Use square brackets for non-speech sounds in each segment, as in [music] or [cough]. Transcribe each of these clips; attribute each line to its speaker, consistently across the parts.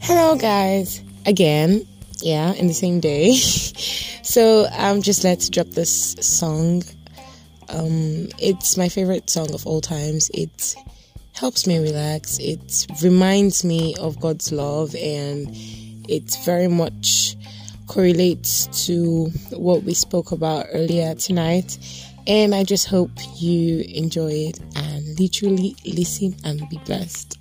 Speaker 1: Hello, guys. Again, yeah, in the same day. [laughs] so I'm just glad to drop this song. Um, it's my favorite song of all times. It helps me relax. It reminds me of God's love, and it very much correlates to what we spoke about earlier tonight. And I just hope you enjoy it and literally listen and be blessed.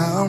Speaker 2: I'll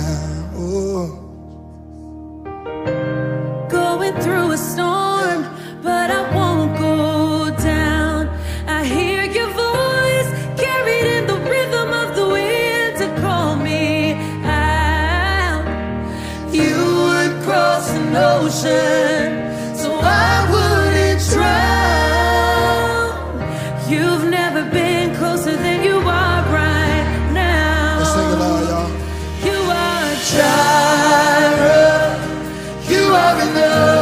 Speaker 2: now. Ooh.
Speaker 3: Going through a storm, but I won't go down. I hear your voice carried in the rhythm of the wind to call me out. You would cross an ocean, so I wouldn't drown. You've never been closer than you are right now.
Speaker 2: Let's sing it loud, y'all.
Speaker 3: You are Jireh.
Speaker 2: You are enough.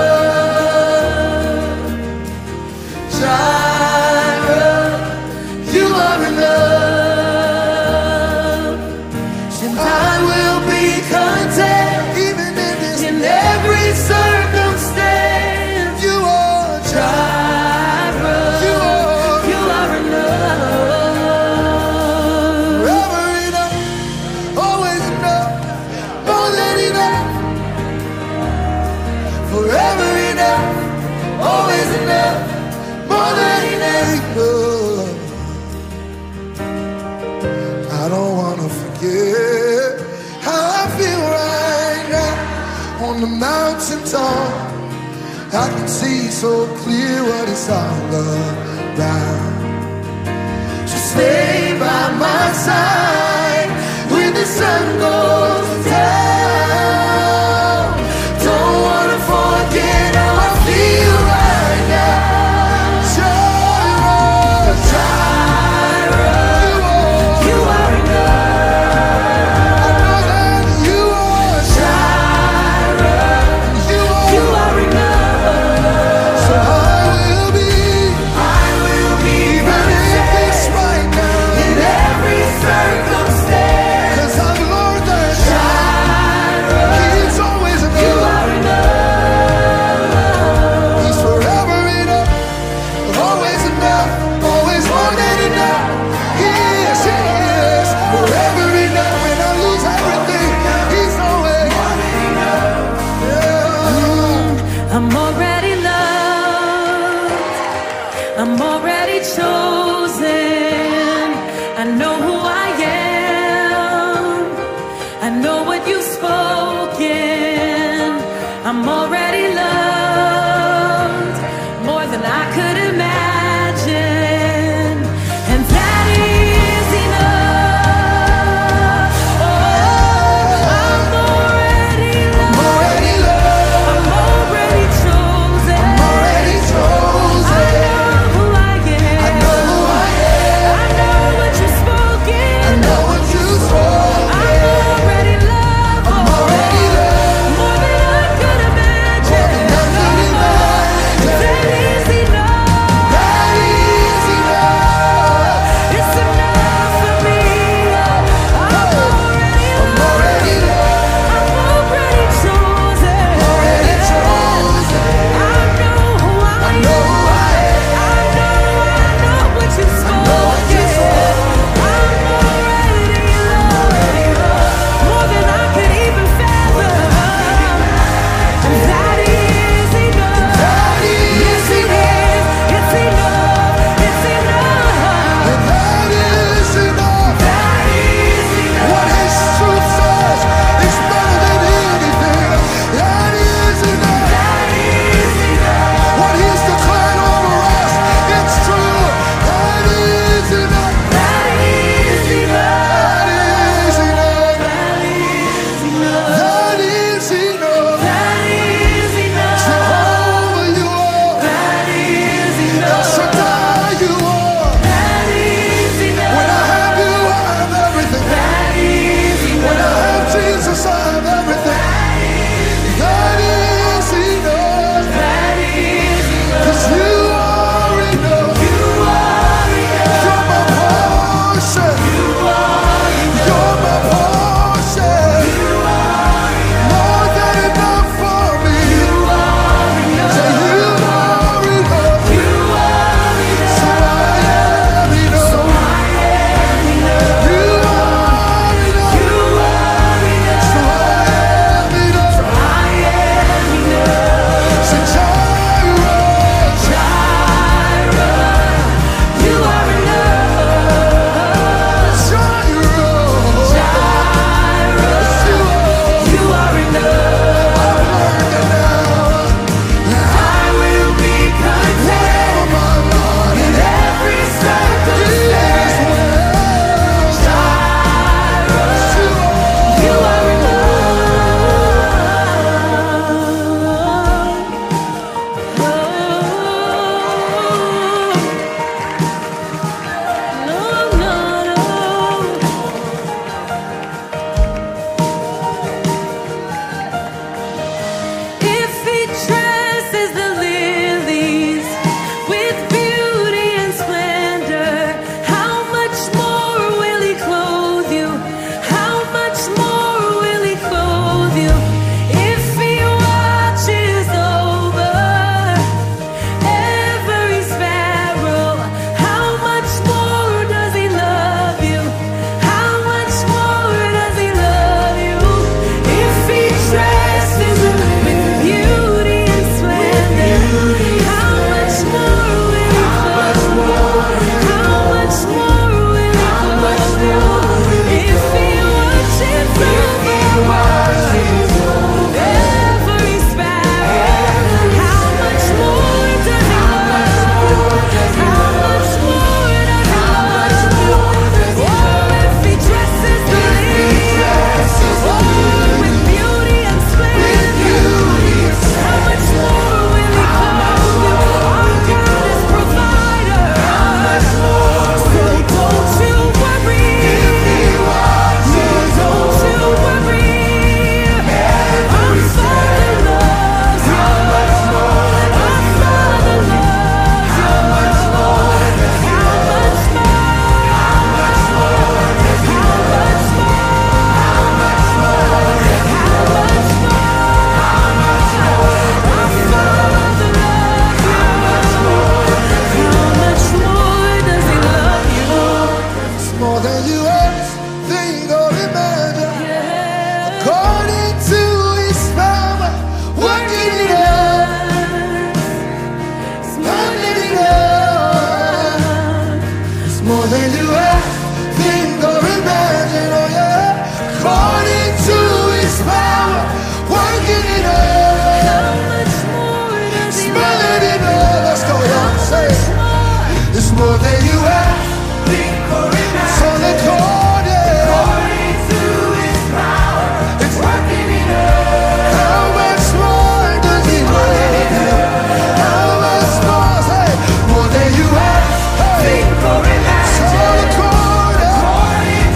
Speaker 2: Jireh, you are enough. And I will be content even in this
Speaker 3: In every circumstance,
Speaker 2: You are Jireh.
Speaker 3: Jireh,
Speaker 2: You are
Speaker 3: you are enough.
Speaker 2: forever enough, always enough, more than enough. Forever enough, always enough, more than enough. I don't wanna forget how I feel right now on the mountain top. I can see so clear what it's all about. So stay by my side when the sun goes down. Don't wanna forget how I feel right now. Jireh, Jireh, you are.
Speaker 3: You are enough. You are enough. I will be perfect in every circumstance. Oh,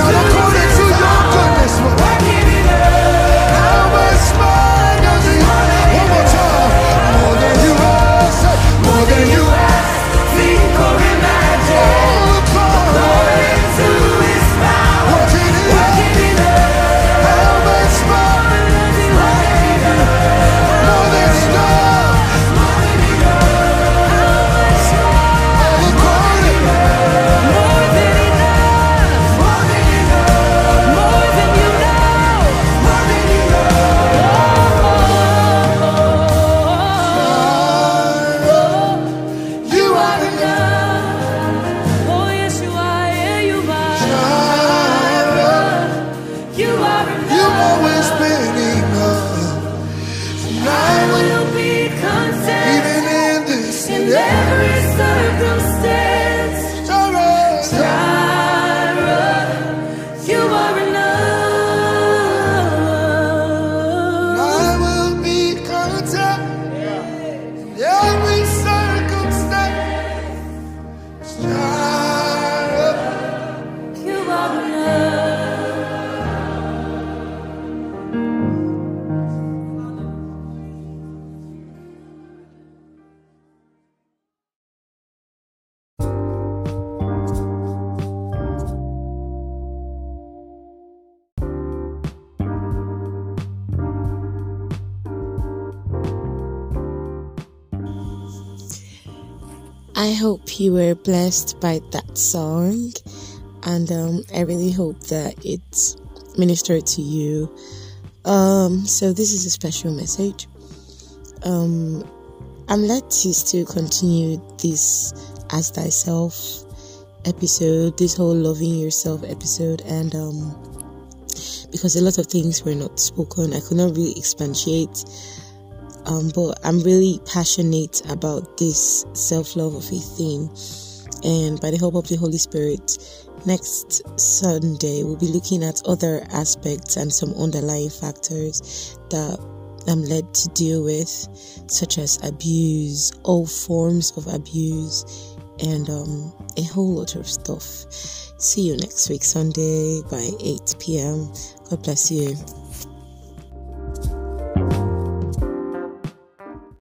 Speaker 2: Oh,
Speaker 3: are in love.
Speaker 2: I will be content in every circumstance. Child,
Speaker 3: You are in love.
Speaker 1: I hope you were blessed by that song, and um, I really hope that it ministered to you. Um, so this is a special message. Um, I'm led to still continue this as thyself episode, this whole loving yourself episode, and um, because a lot of things were not spoken, I could not really expatiate um, but I'm really passionate about this self love of a theme. And by the help of the Holy Spirit, next Sunday we'll be looking at other aspects and some underlying factors that I'm led to deal with, such as abuse, all forms of abuse, and um, a whole lot of stuff. See you next week, Sunday by 8 p.m. God bless you.